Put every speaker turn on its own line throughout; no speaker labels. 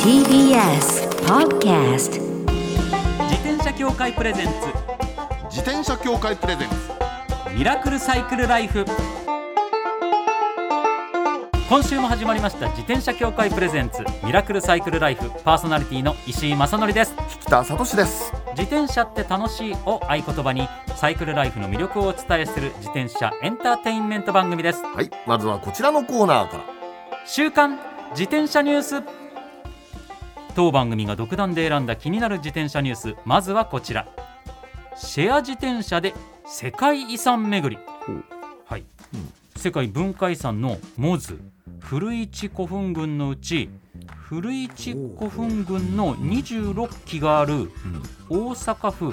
TBS Podcast
自転車協会プレゼンツ
自転車協会プレゼンツ
ミラクルサイクルライフ今週も始まりました自転車協会プレゼンツミラクルサイクルライフパーソナリティの石井正則です
北里志です
自転車って楽しいを合言葉にサイクルライフの魅力をお伝えする自転車エンターテインメント番組です
はいまずはこちらのコーナーから
週刊自転車ニュース当番組が独断で選んだ気になる自転車ニュースまずはこちらシェア自転車で世界遺産巡りはい、世界文化遺産のモズ古市古墳群のうち古市古墳群の26基がある大阪府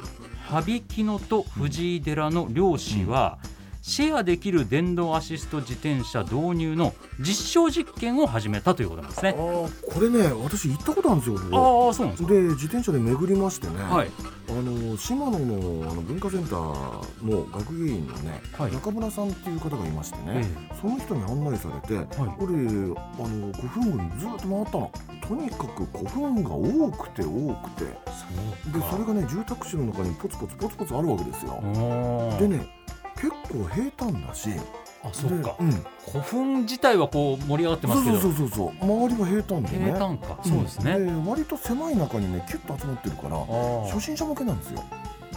羽曳野と藤井寺の両市は、シェアできる電動アシスト自転車導入の実証実験を始めたということなんですね。
ああこれね私行ったことあるんですよ
ああ
こ
ー、そうなんです
こで自転車で巡りましてね、
か。はい。
あの島野のあの文化センターの学芸員のね、
はい
中村さんっていう方がいましてね、
え
その人に案内されて、俺あの古墳群ずっと回ったのとにかく古墳が多くて多くてでそれがね住宅地の中にポツポツポツポツあるわけですよ、
おー
でね結構平坦だし
あ、そっか
で。うん
古墳自体はこう盛り上がってますけ
そ
ど
う。そうそうそう周りは平坦でね
平坦か。そうですね。
で割と狭い中にねキュッと集まってるから
あー
初心者向けなんですよ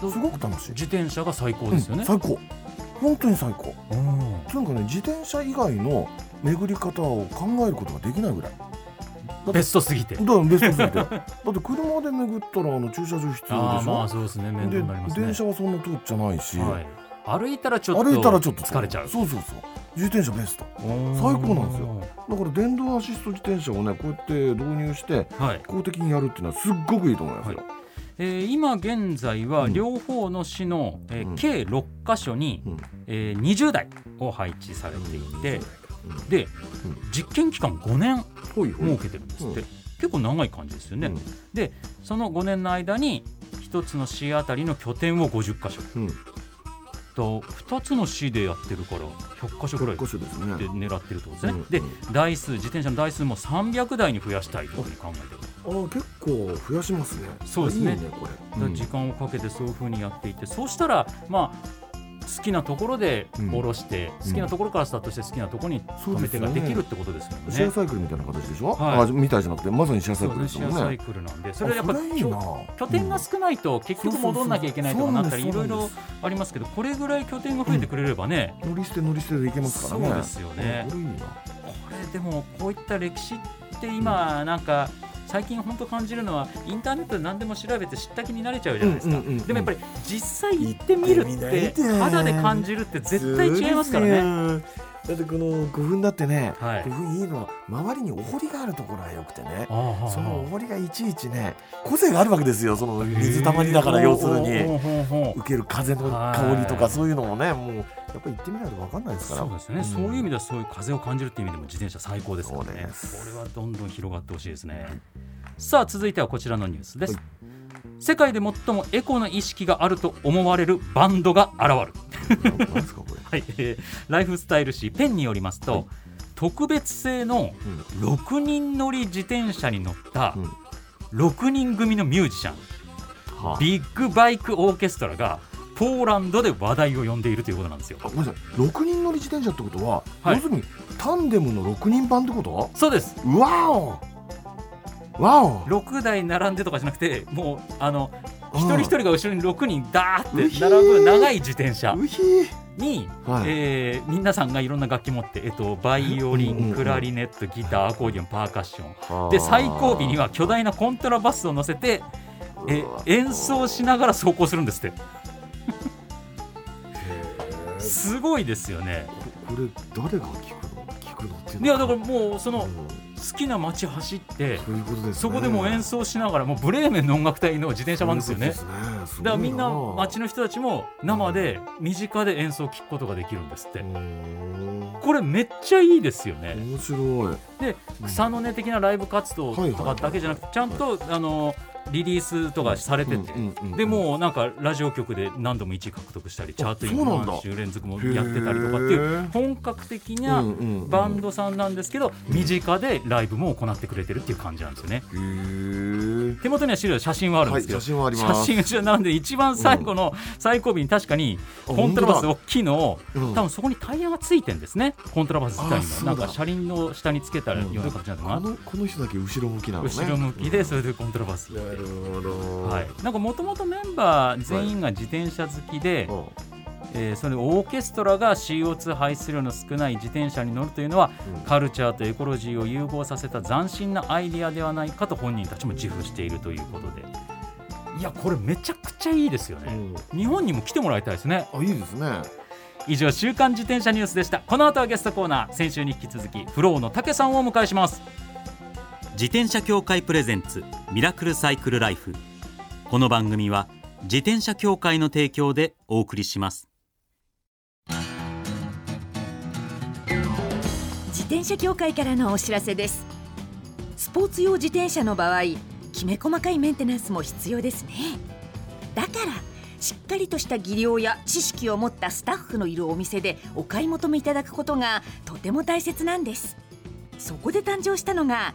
ど
すごく楽しい
自転車が最高ですよね
うん。最高本当に最高
うん
とにかくね自転車以外の巡り方を考えることができないぐらいだ
ベストすぎて。
からベストす ぎてだって車で巡ったらあの駐車場必要
ああ、
でしょ、
まあそうですね。面倒
で
になりますね
電。車はそんな通っちゃないし、
はい。歩いたらちょっと
歩いたらちょっと
疲れちゃう。
そうそうそう自転車ベスト
最
最高なんですよ。だから電動アシスト自転車をねこうやって導入して
はい。
公的にやるっていうのはすっごくいいと思いますよ、
えー今現在は
うん
両方の市の、えー
うん
計6箇所に、
うん
えー20台を配置されていて、
うん
で、
ん
実験期間5年
ほいほい
設けてるんですって、
うん
結構長い感じですよね、
うん
でその5年の間に1つの市あたりの拠点を50箇所
うん
と2つの市でやってるから100箇所ぐらいで
5所ですね
狙ってるってことですね、
うん
で
うん
台数自転車の台数も300台に増やしたいというふうに考えてる
あー結構増やしますね
そうですね
いいねこれ、
だから時間をかけてそういうふうにやっていて、そうしたらまあ好きなところで下ろして、
うん
好きなところからスタートして好きなところに
そう
止め
です
手
よ
が
ね
できるってことですもん
シェ
ね
ア。サイクルみたいな形でしょ、
はい
あみたいじゃなくてまさにシェアサイ
そう
ク
で
ルですす
シェ
も
ア
ん
サイ
ね
クルなんでそ
そ
れはやっぱ
いいな
拠点が少ないと結局戻んなきゃいけないとかなったりい
そうそ
ろ
う
い
そ
ろ
う
ありますけどこれぐらい拠点が増えてくれればね、
うん乗り捨て乗り捨てでいけますからね
そうですよね
うんこれいいな
これでもこういった歴史って今なんか最近本当感じるのはインターネットで何でも調べて知った気になれちゃうじゃないですか、
うんうんうんうん
でもやっぱり実際行ってみる
行
っ
ってみない
て
とね
肌で感じるって絶対違いますからね。
ねだってこの古墳だってね、
はい
古墳いいのは周りにお堀があるところがよくてね
ああああ
そのお堀がいちいちね個性があるわけですよその水たまりだから要するに、
ほうほうほうほう
受ける風の香りと
は
か
い
そういうのもねもうやっぱり行ってみないと分かんないですから
そうですね、
ん
そういう意味ではそういう風を感じるっていう意味でも自転車最高ですから
そう
ね
で
こ
す
れはどんどん広がってほしいですね、さあ続いてはこちらのニュースです、
は
世界で最もエコの意識があると思われるバンドが現る
なんかなんですかこれ
はい、 えーライフスタイル誌ペンによりますと、
はい
特別製の6人乗り自転車に乗った
うん
6人組のミュージシャン、
はあ
ビッグバイクオーケストラがポーランドで話題を呼んでいるということなんですよ
あごめんなさい6人乗り自転車ってことは、
はい
要するにタンデムの6人版ってこと
そうです
わおわお
6台並んでとかじゃなくてもうあの
うん
一人一人が後ろに6人ダー
う
って
ひー
並ぶ長い自転車
うひー
に、
はい
えー皆さんがいろんな楽器持って、えっと、バイオリ
うんうん
ン
うん
クラリネットギターアコーディオンパーカッションで最後尾には巨大なコントラバスを乗せてえ
うわ
演奏しながら走行するんですってすごいですよね
これ誰が聞くの聞くのっていう
い
の
やだからもうその
うん
好きな街走って
そういうことですね
そこでも演
奏
奏しながらもうブレーメンの音楽隊の自転車版ですよね
すねすごい
だからみんな街の人たちも生で身近で演奏を聴くことができるんですって
うーん
これめっちゃいいですよね
面白い
で草の根的なライブ活動とかだけじゃなくてちゃんとあのリリースとかされてて、
うんうんうんうん
でもうなんかラジオ局で何度も1位獲得したりチャートイン
そうなんだ
何週連続もやってたりとかってい
へ
う
ー
本格的な
うんうんうん
バンドさんなんですけど身近でライブも行ってくれてるっていう感じなんですよね。
へー
手元には資料写真はあるんですけど、
はい写真はあります
写真なんで一番最後の最後尾に確かにコントラバス大きいのを、
うん
多分そこにタイヤがついてんですねコントラバス自体
あ
に
そう
もな
だ
んか車輪の下につけたような形なんだな、
このこの人だけ後ろ向きなのね
後ろ向きでそれでコントラバスや
な
って
るほど
はい、なんかもともとメンバー全員が自転車好きで、
うん
えーそれオーケストラが CO2 排出量の少ない自転車に乗るというのは、
うん
カルチャーとエコロジーを融合させた斬新なアイディアではないかと本人たちも自負しているということでいやこれめちゃくちゃいいですよね、日本にも来てもらいたいですね
あいいですね
以上週刊自転車ニュースでしたこの後はゲストコーナー先週に引き続きフローの竹さんをお迎えします自転車協会プレゼンツミラクルサイクルライフこの番組は自転車協会の提供でお送りします
自転車協会からのお知らせですスポーツ用自転車の場合きめ細かいメンテナンスも必要ですねだからしっかりとした技量や知識を持ったスタッフのいるお店でお買い求めいただくことがとても大切なんですそこで誕生したのが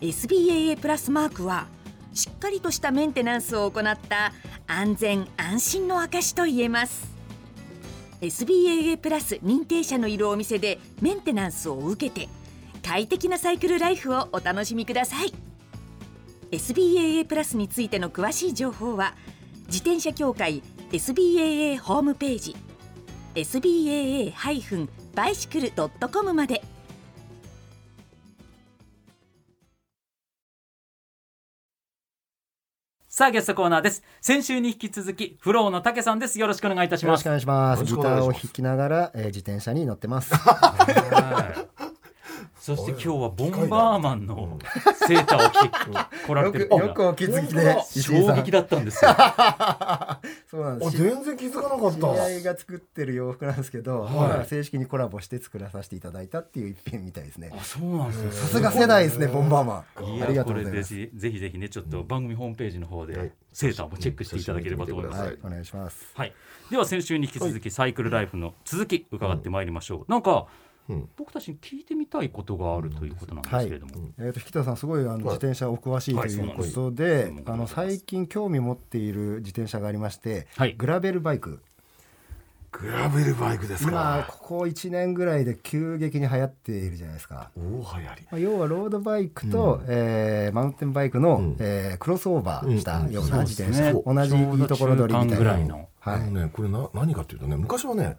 SBAA プラスマークはしっかりとしたメンテナンスを行った安全安心の証と言えます SBAA プラス認定者のいるお店でメンテナンスを受けて快適なサイクルライフをお楽しみください SBAA プラスについての詳しい情報は自転車協会 SBAA ホームページ SBAA-bicycle.com まで
さあゲストコーナーです先週に引き続きフローの竹さんですよろしくお願いいたし
よろ
ま
し
す
くお願いします。ギ
よ
タ
ろしくお願いし
ーを
ます
弾きながら、えー自転車に乗ってます。
そして今日はボンバーマンのセーターを着て来られ
よ
て
く
るっ
よ
ていうの
く
が
お気づきで、石井
衝
さ
撃
ん。
だったんですよ
そうなんで
あ
す。知
全然気づかなかっ
知り
た
合いが作ってる洋服なんですけど、まあ正式にコラボして作らさせていただいたっていう一品みたいですね。
あそうなんですよ
さすが世代ですね、ボンバーマ
い
ン。あり
や
がと
こ
う
れ
ござい
ぜ
ます。
ひぜひぜひねちょっと番組ホームページの方でセーターもチェックしていただければと思います。
は
はい
い、お願いします。
では先週に引き続きサイクルライフの続き伺ってまいりましょう。なんか、僕たちに聞いてみたいことがあるということなんですけれども、
えー、と引田さん、すごいあの自転車お詳しいと
はい
いうことで、
そうなんです
あの最近、興味持っている自転車がありまして、
はい
グラベルバイク、
グラベルバイクです
今、
か
ここ1年ぐらいで急激に流行っているじゃないですか。
大流行り
まあ、要はロードバイクと、えーマウンテンバイクの、えークロスオーバーしたような自転車、
そう
同じいいところ取りみ
ちょうど中間
たい
ぐ
な
らいの
は
あの
い、
ねこれな何かっていうとね昔はね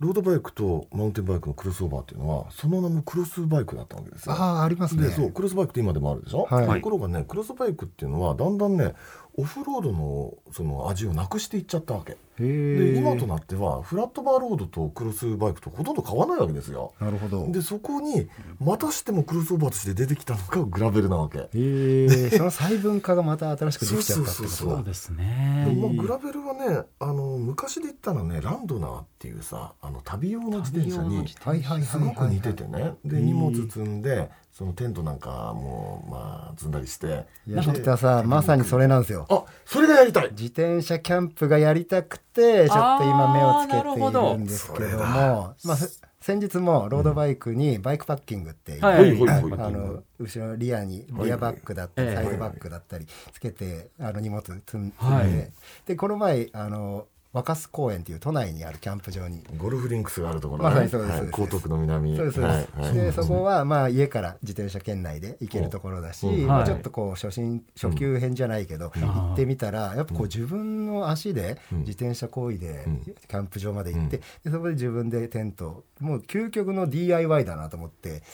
ロードバイクとマウンテンバイクのクロスオーバーっていうのはその名もクロスバイクだったわけですよ
ああありますね
でそうクロスバイクって今でもあるでしょ、
はい
ところがねクロスバイクっていうのはだんだんねオフロードのその味をなくしていっちゃったわけ
へー
で今となってはフラットバーロードとクロスバイクとほとんど変わらないわけですよ
なるほど
でそこにまたしてもクロスオーバーとして出てきたのがグラベルなわけ
え ー、その細分化がまた新しくできちゃったって
そう
こ
そう
と
そうですね。
でもまあグラベルはねあの昔で言ったらねランドナーっていうさあの旅用の自転車に
はいはいはいはい
すごく似ててねで
へえ
荷物積んでそのテントなんかもまあ積んだりして
いや引田さんまさにそれなんですよ
あそれがやりたい
自転車キャンプがやりたくてちょっと今目をつけているんですけどもまあ、せ先日もロードバイクにバイクパッキングっていう、
はい
はいはいはい
あの後ろリアにリアバッグだったり、
ええ
サイドバッグだったりつけてあの荷物積んで、
はい
でこの前あの若洲公園っていう都内にあるキャンプ場に
ゴルフリンクスがあるところ、
まさにそうです
はい
そうです
江東区の南
そうですそう
はい
です、
はい
でそこはまあ家から自転車圏内で行けるところだし、
うん
ま
は
あ、
い
ちょっとこう初心初級編じゃないけど、行ってみたらやっぱこう自分の足で自転車行為で
うん
キャンプ場まで行って、でそこで自分でテントもう究極の DIY だなと思って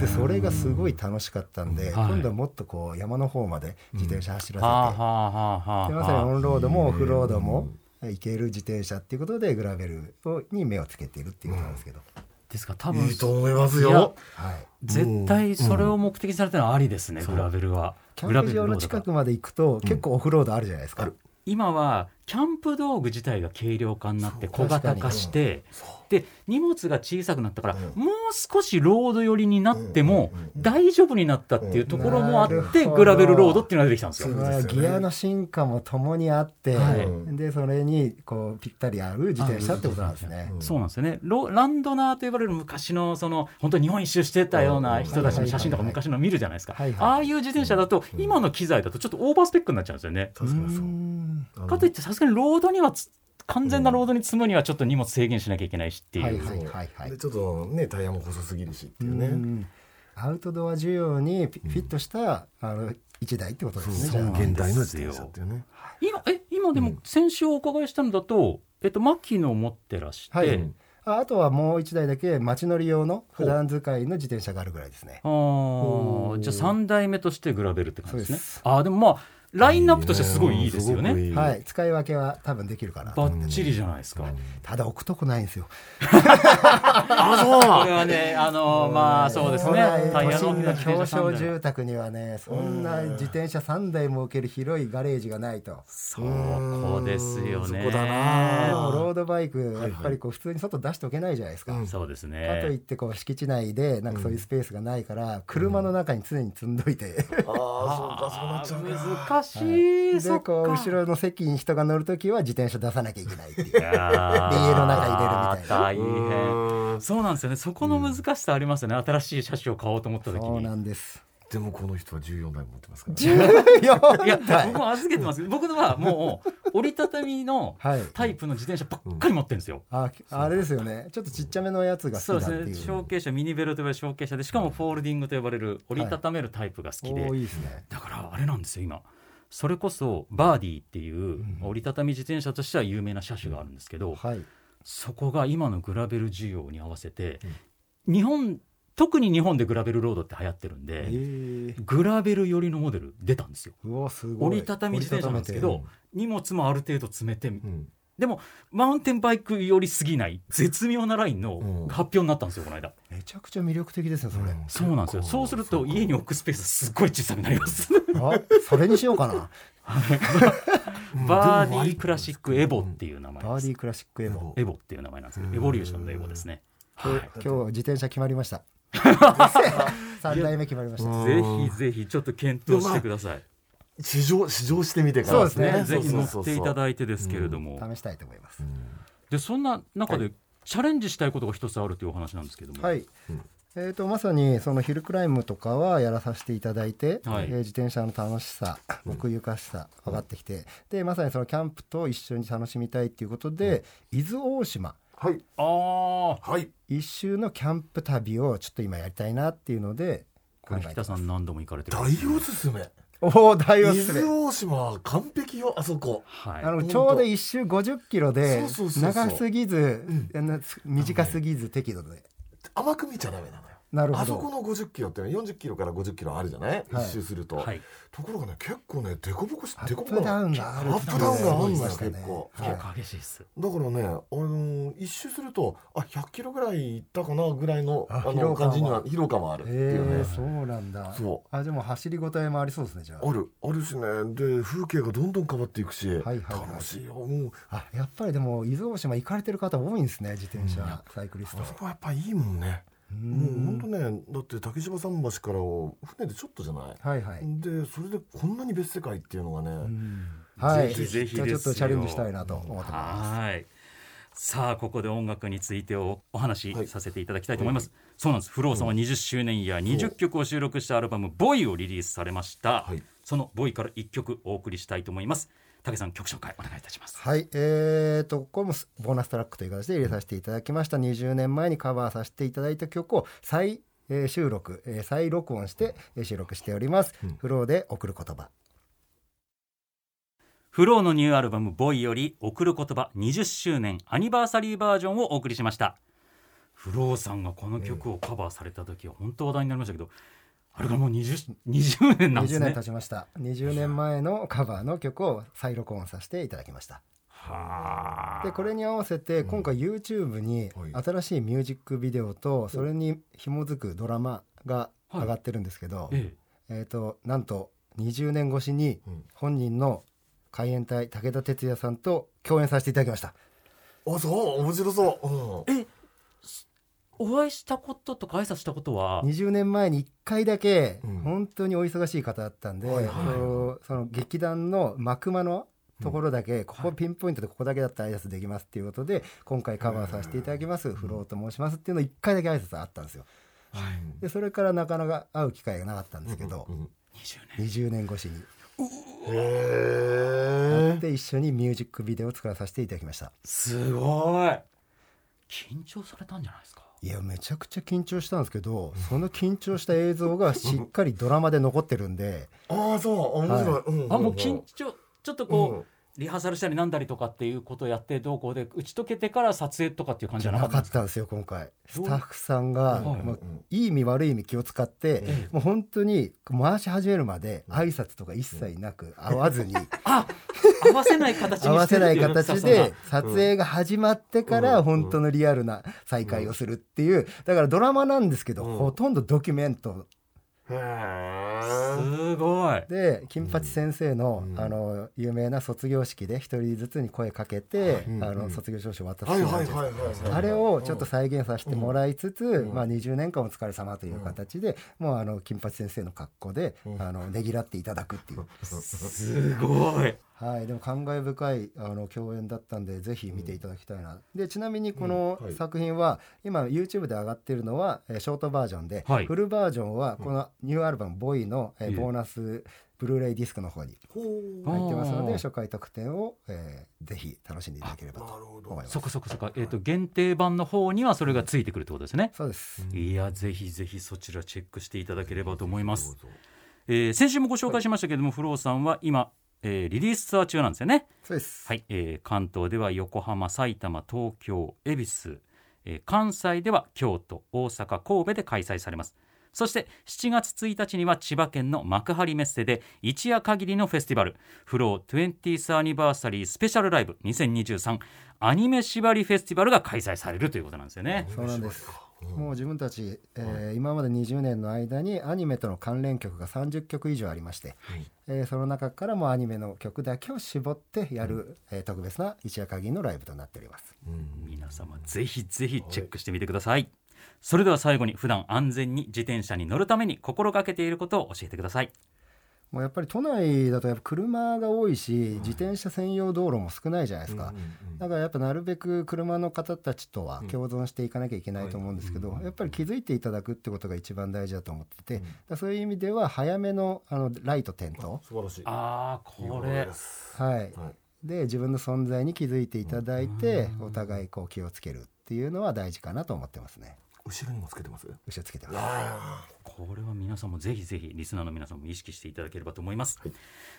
でそれがすごい楽しかったんで、
はい
今度はもっとこう山の方まで自転車走らせて、
はあはあはあは
でまさにオンロードもオフロードも行ける自転車っていうことでグラベルをに目をつけているっていうことなんですけど、
ですから多分
いいと思います
いや
よ
はい、
絶対それを目的にされてるのはありですね、グラベルは
キャンプ場の近くまで行くと結構オフロードあるじゃないですか、
今はキャンプ道具自体が軽量化になって小型化してで荷物が小さくなったから、もう少しロード寄りになっても大丈夫になったっていうところもあ
うんな
っ
る
て
ほど
グラベルロードっていうのが出てきたんですよ。
まあギアの進化もともにあって、
はい
でそれにこうぴったり合う自転車ってことなんですね。
そうなんですよねロランドナーと呼ばれる昔のその本当に日本一周してたような人たちの写真とか
はいはいはい
昔の見るじゃないですか、
はいはい
ああいう自転車だと今の機材だとちょっとオーバースペックになっちゃうんですよね。
確かにそう
うん
あの
かといってさすがにロードにはつ完全なロードに積むにはちょっと荷物制限しなきゃいけないしっていう、
はいはいはいはい
で。ちょっとねタイヤも細すぎるしっていうね、
うんアウトドア需要にフィフィットした、あの一台ってことですね。じ
そう
ゃあ
なんですよ
現代の自転車っていうね
今え今でも先週お伺いしたのだと、えっと牧野を持ってらして、
はいああとはもう一台だけ街乗り用の普段使いの自転車があるぐらいですね。
あーじゃあ三代目としてグラベルって感じですね
そうです
あーでもまあラインナップとしてすごいいいですよね
うんすごくいい
はい、使い分けは多分できるかなと。
バッチリじゃないですか、
ただ置くとこないんですよ。
これはねあのーまあそうですねタイ
都
ヤの
心の狭小
3台
住宅にはね、そんな自転車3台も置ける広いガレージがないと。
そこですよね
そこだな
も
あ
うロードバイク、
は
や
い
っぱりこう普通に外出しておけないじゃないですか。か
そうです
といっ
ね
てこう敷地内でなんかそういうスペースがないから車の中に常に積んど いて、
あー難しい、そ
で
っか
こう後ろの席に人が乗るときは自転車出さなきゃいけないっていう
いやー
で家の中入れるみたいな
大変そうなんですよねそこの難しさありますよね、新しい車種を買おうと思った時に
そうなんです。
でもこの人は14台持ってますから、ね、
い や
いや僕も預けてます僕のはもう 折りたたみの
はい
タイプの自転車ばっかり持ってるんですよ、
ああれですよね。ちょっとちっちゃめのやつが
そう
好き
で
だって
す
い
ね
う。
小径車ミニベルと呼ばれる小径車でしかもフォールディングと呼ばれる折りたためるタイプが好きで、
おーいいですね。
だからあれなんですよ今それこそバーディーっていう折りたたみ自転車としては有名な車種があるんですけど、
はい。
そこが今のグラベル需要に合わせて、日本特に日本でグラベルロードって流行ってるんで、
え
グラベル寄りのモデル出たんですよ
うわすごい。
折りたたみ自転車なんですけ
折り
ど荷物もある程度詰めて、
ん
でもマウンテンバイク寄りすぎない絶妙なラインの発表になったんですよこの間、
たためて、めちゃくちゃ魅力的ですねそれ。
そうなんですよそうすると家に置くスペースすっごい小さくなります
あ、それにしようかな。
バーディークラシックエボっていう名前
バ
で
ー
す
ディークラシックエモ。
エボっていう名前なんですけどエボリューションのエボですねはい
今日は自転車決まり ました。三代目決まりました。
ぜひぜひちょっと検討してください、
試乗試乗してみてから
そうですね
ぜひ乗
そうそうそう
っていただいてですけれども、
試したいと思います。
でそんな中でチャレンジしたいことが一つあるというお話なんですけども、
はい。えー、とまさにそのヒルクライムとかはやらさせていただいて、
はい
えー自転車の楽しさ奥ゆかしさ分かってきて、でまさにそのキャンプと一緒に楽しみたいっていうことで、伊豆大島
はい
ああ
はい
一周のキャンプ旅をちょっと今やりたいなっていうので
これ北さん何度も行かれてる
大おすすめ
おお大
伊
おすすめ
豆大島は完璧よあそこ
はい
あのちょうど一周50キロで
そうそうそうそう
長すぎず、あの短すぎず適度で
甘く見ちゃダメなのよ
なるほど
あそこの50キロってね40キロから50キロあるじゃない、
はい
一周すると、
はい
ところがね結構ねデコボコし
ア
デ
ッ
コボ
プ
コ
ダ
な
ウンがある
アップダウンがあるんだよ
すごい
結
ですよね
構、
はい
結構激しいです、
だからね、あのー一周するとあ100キロぐらい行ったかなぐらいのあ
あ
の
疲労感
感
は
じには疲労感もあるっていうね、
えー、そうなんだ
そう
あでも走りごたえもありそうですねじゃあ
あるあるしねで風景がどんどん変わっていくし、
はいはい
楽しいよもう
あやっぱりでも伊豆大島行かれてる方多いんですね自転車、サイクリスト
あそこはやっぱいいもんねもうほんとねだって竹芝桟橋からを船でちょっとじゃない、
はいはい、
でそれでこんなに別世界っていうのがね、
はい
ぜひぜひ
じゃあちょっ
ですよ
とチャレンジしたいなと思ってます
はいさあここで音楽についておお話
は
し
い
させていただきたいと思います、そうなんですフローさんは20周年イヤー20曲を収録したアルバム「ボイをリリースされました、
はい
その「ボイから1曲お送りしたいと思います武さん曲紹介お願いいたします
はい、えー、とここもボーナストラックという形で入れさせていただきました20年前にカバーさせていただいた曲を再、えー収録、えー再録音してえー収録しております、フローで送る言葉
フローのニューアルバム「ボイより「贈る言葉20周年アニバーサリーバージョンをお送りしましたフローさんがこの曲をカバーされた時は本当話題になりましたけどあれがもう 20, 20年なんで
20
す
年
ね
経ちました20年前のカバーの曲を再録音させていただきましたでこれに合わせて今回 YouTube に
はい
新しいミュージックビデオとそれに紐づくドラマが上がってるんですけど、
え
えー、となんと20年越しに
うん
本人の海援隊武田鉄矢さんと共演させていただきました
あそう面白そう、うん
えお会いしたこととか挨拶したことは
20年前に1回だけ
うん
本当にお忙しい方だったんで、
はいはいはい
そうその劇団の幕間のところだけ、ここピンポイントでここだけだったら挨拶できますっていうことで今回カバーさせていただきます、フローと申しますっていうの1回だけ挨拶あったんですよでそれからなかなか会う機会がなかったんですけど、
20年
20年越しに
へえ
で一緒にミュージックビデオを作らさせていただきました
すごい緊張されたんじゃないですか
いやめちゃくちゃ緊張したんですけど、その緊張した映像がしっかりドラマで残ってるんで、
ああそう面白い、
は
うん
あもう緊張ちょっとこう、
うん
リハーサルしたりなんだりとかっていうことをやってどうこうで打ち解けてから撮影とかっていう感じじゃなか
な
ったん
か
で
っ
す
たんですよ今回スタッフさんが、
はい
まあいい意味悪い意味気を使って、もう本当に回し始めるまで挨拶とか一切なく会わずに、
あ合わせない形にして
合わせない
る ってう
形で撮影が始まってから本当のリアルな再会をするっていうだからドラマなんですけど、
うん
ほとんどドキュメント
へえ
すごい
で金八先生の,、
うん
あの有名な卒業式で一人ずつに声かけて、
うん
あ
う
の
ん
卒業証書を渡す
はい
じゃ
は
ないいです
はいはい
か。あれをちょっと再現させてもらいつつ、
ん
まあ、20年間お疲れ様という形で、もうあの金八先生の格好で、
うん
あのねぎらっていただくっていう、
すごい
はい、でも感慨深いあの共演だったんでぜひ見ていただきたいな、でちなみにこの
うんはい
作品は、今 YouTube で上がってるのはえーショートバージョンで、
はい
フルバージョンはこのニューアルバム「ボーイの、えー
ええ
ボーナスブルーレイディスクの方に
ほう
入ってますの
あー
で初回特典を、えーぜひ楽しんでいただければ
なる
と
ほど
思います
そっかそっかそっかえっ、と限定版の方にはそれがついてくるってことですね
そうです、
いやぜひぜひそちらチェックしていただければと思います、えー先週もご紹介しましたけども、フローさんは今、えーリリースツアー中なんですよね
そうです、
はい、えー関東では横浜埼玉東京恵比寿、えー関西では京都大阪神戸で開催されますそして7月1日には千葉県の幕張メッセで一夜限りのフェスティバルフロー 20th アニバーサリースペシャルライブ2023アニメ縛りフェスティバルが開催されるということなんですよね
そうなんです。もう自分たち、えー今まで20年の間にアニメとの関連曲が30曲以上ありまして、えーその中からもアニメの曲だけを絞ってやる、えー特別な一夜限りのライブとなっております。
皆様ぜひぜひチェックしてみてください、それでは最後に普段安全に自転車に乗るために心がけていることを教えてください
もうやっぱり都内だとやっぱ車が多いし、自転車専用道路も少ないじゃないですか。だからやっぱなるべく車の方たちとは共存していかなきゃいけないと思うんですけど、やっぱり気づいていただくってことが一番大事だと思ってて、だからそういう意味では早めのあのライト点灯、
素晴らしい
あーこれ
です
はい、
はい
で自分の存在に気づいていただいて、お互いこう気をつけるっていうのは大事かなと思ってますね
後ろにもつけてます
後ろつけてます
あ
これは皆さんもぜひぜひリスナーの皆さんも意識していただければと思います、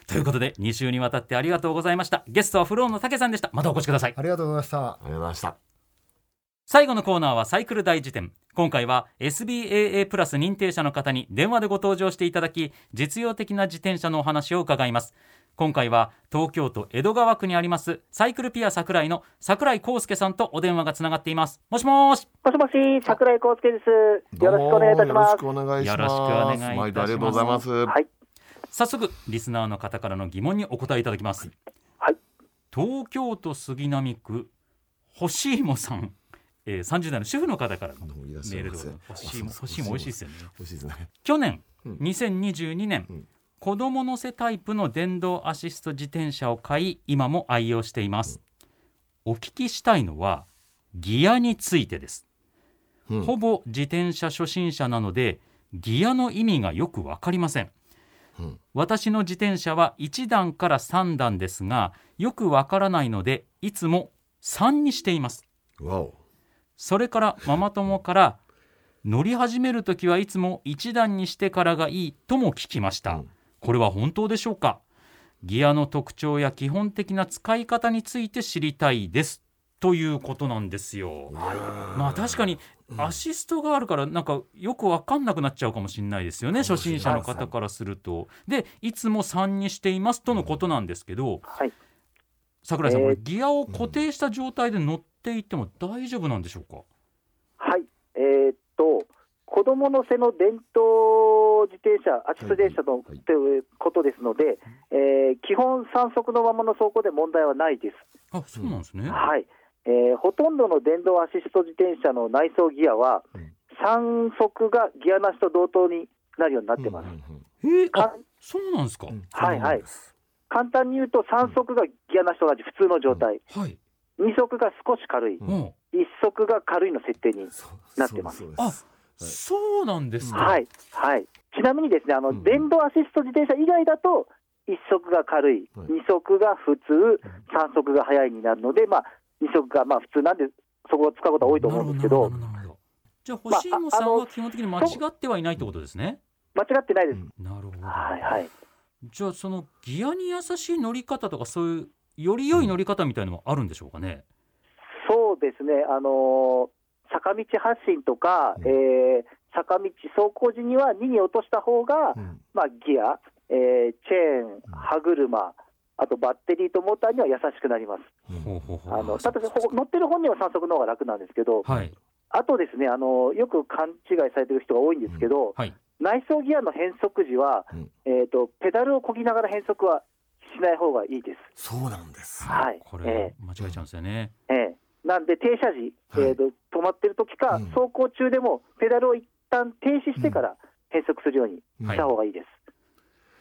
ということで2週にわたってありがとうございましたゲストはフローのたけさんでしたまたお越しください
ありがとうございました
ありがとうございました
最後のコーナーはサイクル大辞典今回は SBAA プラス認定者の方に電話でご登場していただき実用的な自転車のお話を伺います今回は東京都江戸川区にありますサイクルピア桜井の桜井康介さんとお電話がつながっていますもしもーし
もしもし、桜井康介です。よろしくお願いいたします。
どうもよろしくお願いします
よろしくお願いいたします
毎度ありがとうございます
はい、
早速リスナーの方からの疑問にお答えいただきます、
はい
東京都杉並区星芋さん、えー、30代の主婦の方からのメ
もういらっしゃ
ー
い
ル
ま
でご
せ
ざいます干し芋干し芋美味しいですよね
美味しいですね
去年、
うん
2022年、
うん
子供のせタイプの電動アシスト自転車を買い今も愛用しています、お聞きしたいのはギアについてです、
うん
ほぼ自転車初心者なのでギアの意味がよくわかりません私の自転車は1段から3段ですがよくわからないのでいつも3にしています
わお
それからママ友から乗り始めるときはいつも1段にしてからがいいとも聞きました、これは本当でしょうかギアの特徴や基本的な使い方について知りたいですということなんですよまあ確かにアシストがあるからなんかよく分かんなくなっちゃうかもしれないですよね初心者の方からすると。でいつも3にしていますとのことなんですけど、
はい
桜井さん
え
こ
ー
れギアを固定した状態で乗っていっても大丈夫なんでしょうか、
はい、えーっと、子供の背の電動自転車、アシスト自転車の、
はい
ということですので、えー基本、3速のままの走行で問題はないです。
あそうなんですね。
はいえーほとんどの電動アシスト自転車の内装ギアは、3速がギアなしと同等になるようになってます。
えー、あ
か
そうなんですか、
はいはい、簡単に言うと、3速がギアなしと同じ普通の状態、
はい、
2速が少し軽い、1
うん、
速が軽いの設定になってます。
そうで
あ
す
そうなんですか、
はい、はい。ちなみにですね、あの、
うん
電動アシスト自転車以外だと、一足が軽い、
はい
二足が普通、三足が速いになるので、まあ、二足がまあ普通なんで、そこを使うことは多いと思うんですけど
なるほ、なるほどじゃあ星野さんは基本的に間違ってはいないってことですね。
間違ってないです。
なるほど、
はい、はい。
じゃあそのギアに優しい乗り方とかそういうより良い乗り方みたいのはあるんでしょうかね、
そうですね、あのー坂道発進とか、
うん
えー坂道走行時には2に落とした方が、
うん
まあ、ギア、えーチェーン、歯車、あとバッテリーとモーターには優しくなります。
ほうほうほう
あのただここ乗ってる本人は3速の方が楽なんですけど、
はい
あとですねあの、よく勘違いされてる人が多いんですけど、
はい
内装ギアの変速時は、
うん
えーと、ペダルをこぎながら変速はしない方がいいです。
そうなんです
はい
これ間違えちゃうんですよね、
ええなんで、停車時、
はい
えーと、止まってる時か、
うん
走行中でもペダルを一旦停止してから変速するようにした方がいいです。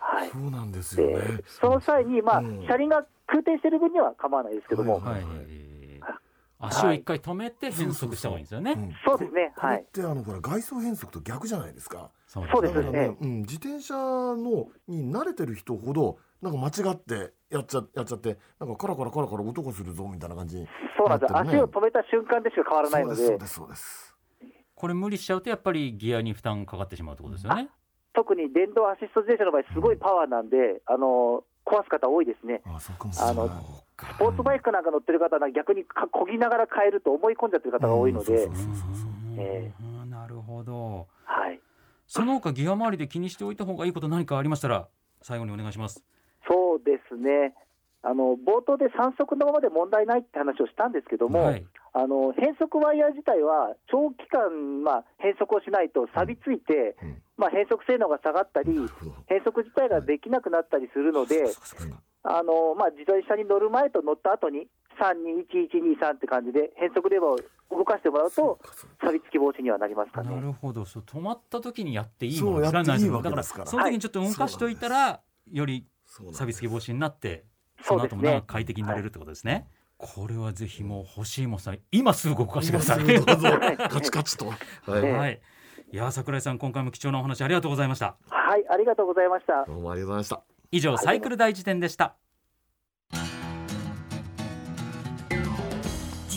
はい
そうなんですよね
でその際に、まあ
うん
車輪が空転してる分には構わないですけども、
はい
はい、
はい
足を一回止めて変速した方がいいんですよね、
ん
そうですね、
こ
は
れっ
い、
てあのほら外装変則と逆じゃないですか
そう
そうで
だ
す
から
え
ね、うん、自転車のに慣れてる人ほどなんか間違ってやっちゃやっちゃってなんかカラカラカラカラ音がするぞみたいな感じに
そうなんです、
なってる
足
ね
を止めた瞬間でしか変わらないの
そう
で
で。すそうです
これ無理しちゃうとやっぱりギアに負担かかってしまうってことですよね
特に電動アシスト自転車の場合、すごいパワーなんで、あの壊す方多いですね。
そうですあそこも
あの
そうか
スポーツバイクなんか乗ってる方は逆にかこぎながら変えると思い込んじゃってる方が多いので、
うんそうそううん
え
なるほど
はい、
その他ギア周りで気にしておいた方がいいこと何かありましたら最後にお願いします
そうですねあの、冒頭で3速のままで問題ないって話をしたんですけども、
はい
あの変速ワイヤー自体は、長期間、まあ、変速をしないと錆びついて、
うん
まあ、変速性能が下がったり、
なるほど
変速自体ができなくなったりするので。
そうかそうかそうか
あのまあ、自転車に乗る前と乗った後に、321123って感じで、変速レバーを動かしてもらうと、錆びつき防止にはなりますかね。
なるほどそう止まった時にやっていい
そう
もの知らない
やっていい
だ
わけ
から
です
そ
か
の
ら
時にちょっと動かしておいたら、より
そうなんです
錆びつき防止になってそ
そう
の
で
後
す
もなん
ね
か。快適になれるってことですね、これはぜひもう欲しいもんさん今すぐ動かしてください、
どうぞカチカチとはい
ええ
はい、いやー桜井さん今回も貴重なお話ありがとうございました
はい、ありがとうございました。
どうもありがとうございました
以上サイクル大辞典でした
自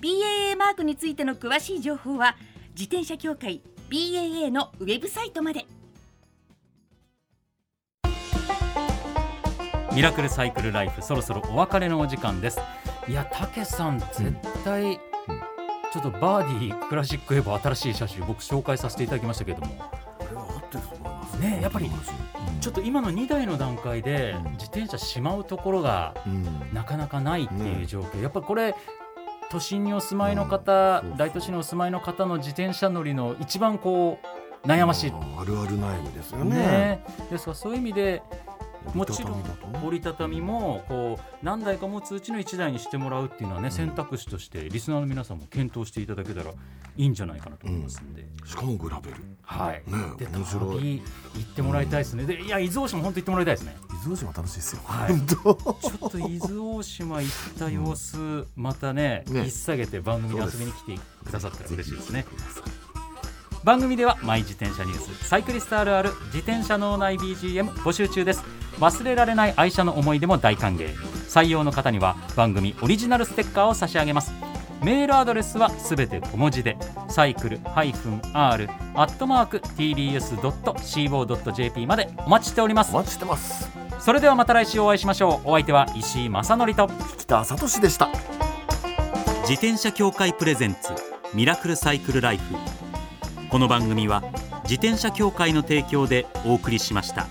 BAA マークについての詳しい情報は自転車協会 BAA のウェブサイトまで
ミラクルサイクルライフそろそろお別れのお時間ですいやたけさん絶対、ちょっとバーディークラシックエヴァ新しい車種僕紹介させていただきましたけれども
れは合ってると思います
ねやっぱり
うん
ちょっと今の2台の段階で
うん
自転車しまうところが
うん
なかなかないっていう状況、やっぱこれ都心にお住まいの方、
うん
大都市にお住まいの方の自転車乗りの一番こう悩ましい、
あーあるある悩みですよね
ね、ですからそういう意味でもちろん
折りたたみだとね
折りたたみもこう何台か持つうちの1台にしてもらうっていうのはね選択肢としてリスナーの皆さんも検討していただけたらいいんじゃないかなと思いますんで、
しかもグラベル
はい、
ね
で旅
面白い
行ってもらいたいですねでいや伊豆大島本当行ってもらいたいですね
伊豆大島楽しいですよ、
はい
本当
ちょっと伊豆大島行った様子、またね
ね
引っ提げて番組に遊びに来てくださったら嬉しいですね
ぜひ来てください
番組ではマイ自転車ニュースサイクリストあるある自転車脳内 BGM 募集中です忘れられない愛車の思い出も大歓迎採用の方には番組オリジナルステッカーを差し上げますメールアドレスはすべて小文字でサイクル -r アットマーク tbs.co.jp までお待ちしております
お待ちしてます
それではまた来週お会いしましょうお相手は石井正則と
北里志でした
自転車協会プレゼンツミラクルサイクルライフこの番組は自転車協会の提供でお送りしました。